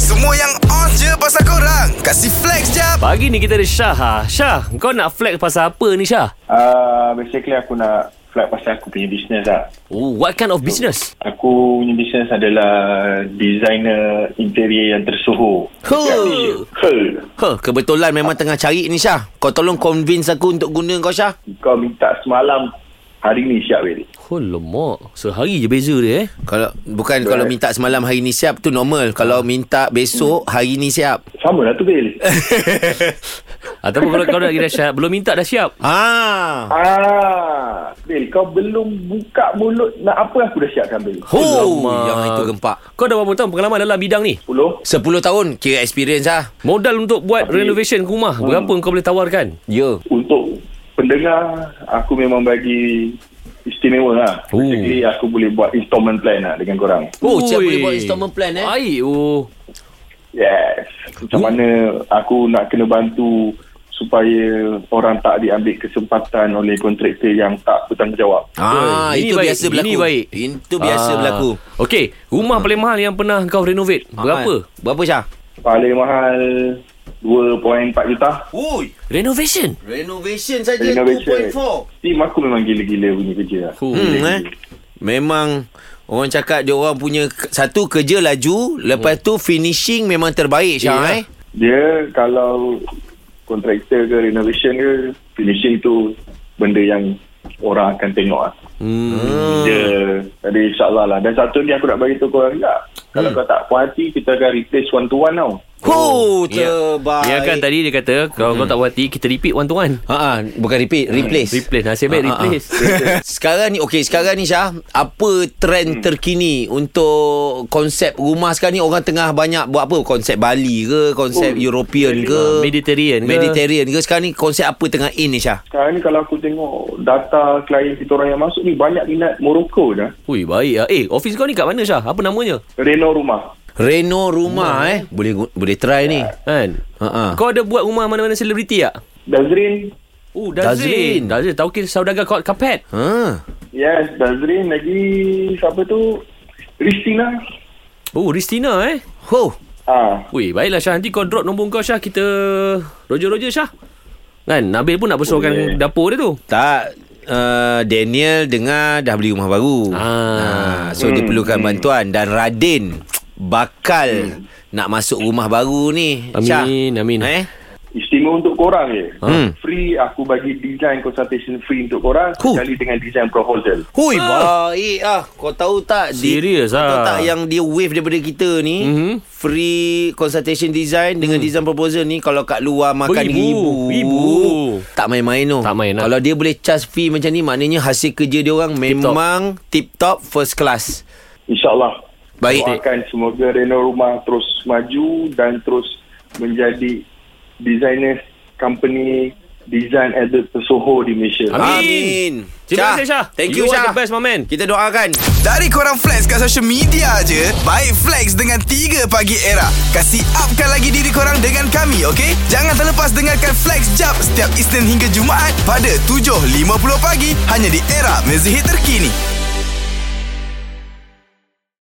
Semua yang on je pasal korang Kasih flex jap Pagi ni kita ada Syah ha. Syah, kau nak flex pasal apa ni Syah? Uh, basically aku nak flag pasal aku punya business lah. Oh, what kind of business? Aku punya business adalah designer interior yang tersohor. Huh. Hel, Huh, kebetulan memang tengah cari ni Syah. Kau tolong convince aku untuk guna kau Syah. kau minta semalam hari ni siap weh. Oh, lemak. Sehari je beza dia eh. Kalau bukan kalau minta semalam hari ni siap tu normal. Kalau Ah. minta besok hari ni siap. Sama lah tu Bil. Eh. Ataupun kalau kau nak kira Syah, belum minta dah siap. Ah. ah, Bil kau belum buka mulut nak apa aku dah siapkan Bil. Ho, Alamak. yang itu gempak. Kau dah berapa tahun pengalaman dalam bidang ni? 10 10 tahun kira experience ah. Modal untuk buat Tapi- renovation rumah, berapa kau boleh tawarkan? Yo. untuk pendengar aku memang bagi istimewa lah. Oh. Basically aku boleh buat installment plan lah dengan korang. Oh, Syah Ui. boleh buat installment plan eh. Baik, oh. Yes. Macam mana aku nak kena bantu supaya orang tak diambil kesempatan oleh kontraktor yang tak bertanggungjawab. Ah, Ini itu baik, biasa ini berlaku. baik. Itu biasa Ah. berlaku. Okey, rumah paling mahal yang pernah kau renovate, berapa? Ah, Berapa Syah? Paling mahal 2.4 juta. Ui, Renovation? renovation saja Renovation. Team aku memang gila-gila punya kerja. lah. Oh. Hmm, eh. Memang orang cakap dia orang punya ke- satu kerja laju, lepas tu finishing memang terbaik Syah eh. Dia kalau kontraktor ke renovation ke finishing tu benda yang orang akan tengok lah. Hmm. Dia jadi insyaAllah lah. Dan satu ni aku nak bagi tu korang juga. Kalau kau tak puas hati, kita akan replace one to one tau. Oh, Ya. terbaik. Hmm. Ya kan tadi dia kata Kalau kau tak puas hati Kita repeat one to one Ha ah, bukan repeat, replace. Replace Nasib baik Ah, ah, ah. replace sekarang ni okey, sekarang ni Syah, apa trend hmm. terkini untuk konsep rumah sekarang ni orang tengah banyak buat apa? Konsep Bali ke, konsep oh, Oh, European ke, Ah, Mediterranean ke? Mediterranean ke? Sekarang ni konsep apa tengah in ni Syah? Sekarang ni kalau aku tengok data klien kita orang yang masuk ni banyak minat Morocco dah. Ui baik lah Eh office kau ni kat mana Syah? Apa namanya? Reno rumah. Reno rumah eh. Boleh gu- boleh try ni. Kan? Ha ah. Kau ada buat rumah mana-mana selebriti tak? Dazrin. Oh Dazrin Dazrin Dazrin. Tauqif Saudagar Kot Kapet Ha. Yes, Dazrin lagi siapa tu? Christina. Oh Ristina eh Ho. Ah, Ui baiklah Syah Nanti kau drop nombor kau Syah Kita Roger-roger Syah Kan Nabil pun nak besarkan Boleh. dapur dia tu Tak uh, Daniel dengar dah beli rumah baru. Ah. Ah, so hmm. diperlukan bantuan dan Radin bakal hmm. nak masuk rumah baru ni. Syah. Amin, amin. Eh? istimewa untuk korang je. Hmm. Free aku bagi design consultation free untuk korang Cool. sekali dengan design proposal. Hui ah. baik ah. Kau tahu tak di- Serius Kau tahu ah. tak yang dia wave daripada kita ni Mhm. Hmm. free consultation design dengan design proposal ni kalau kat luar makan Beribu. ribu. Ribu. Tak main-main Oh, tu. Tak main lah. Kalau dia boleh charge fee macam ni maknanya hasil kerja dia orang memang tip top first class. InsyaAllah. Baik. Doakan semoga Reno rumah terus maju dan terus menjadi designer company design at the Soho di Malaysia. Amin. Terima Syah, kasih Syah Thank you, you Syah. are the best my man Kan? Kita doakan. Dari korang flex kat social media je Baik flex dengan 3 pagi era Kasih upkan lagi diri korang dengan kami okay? Jangan terlepas dengarkan flex jap Setiap Isnin hingga Jumaat Pada 7.50 pagi Hanya di era mezihit terkini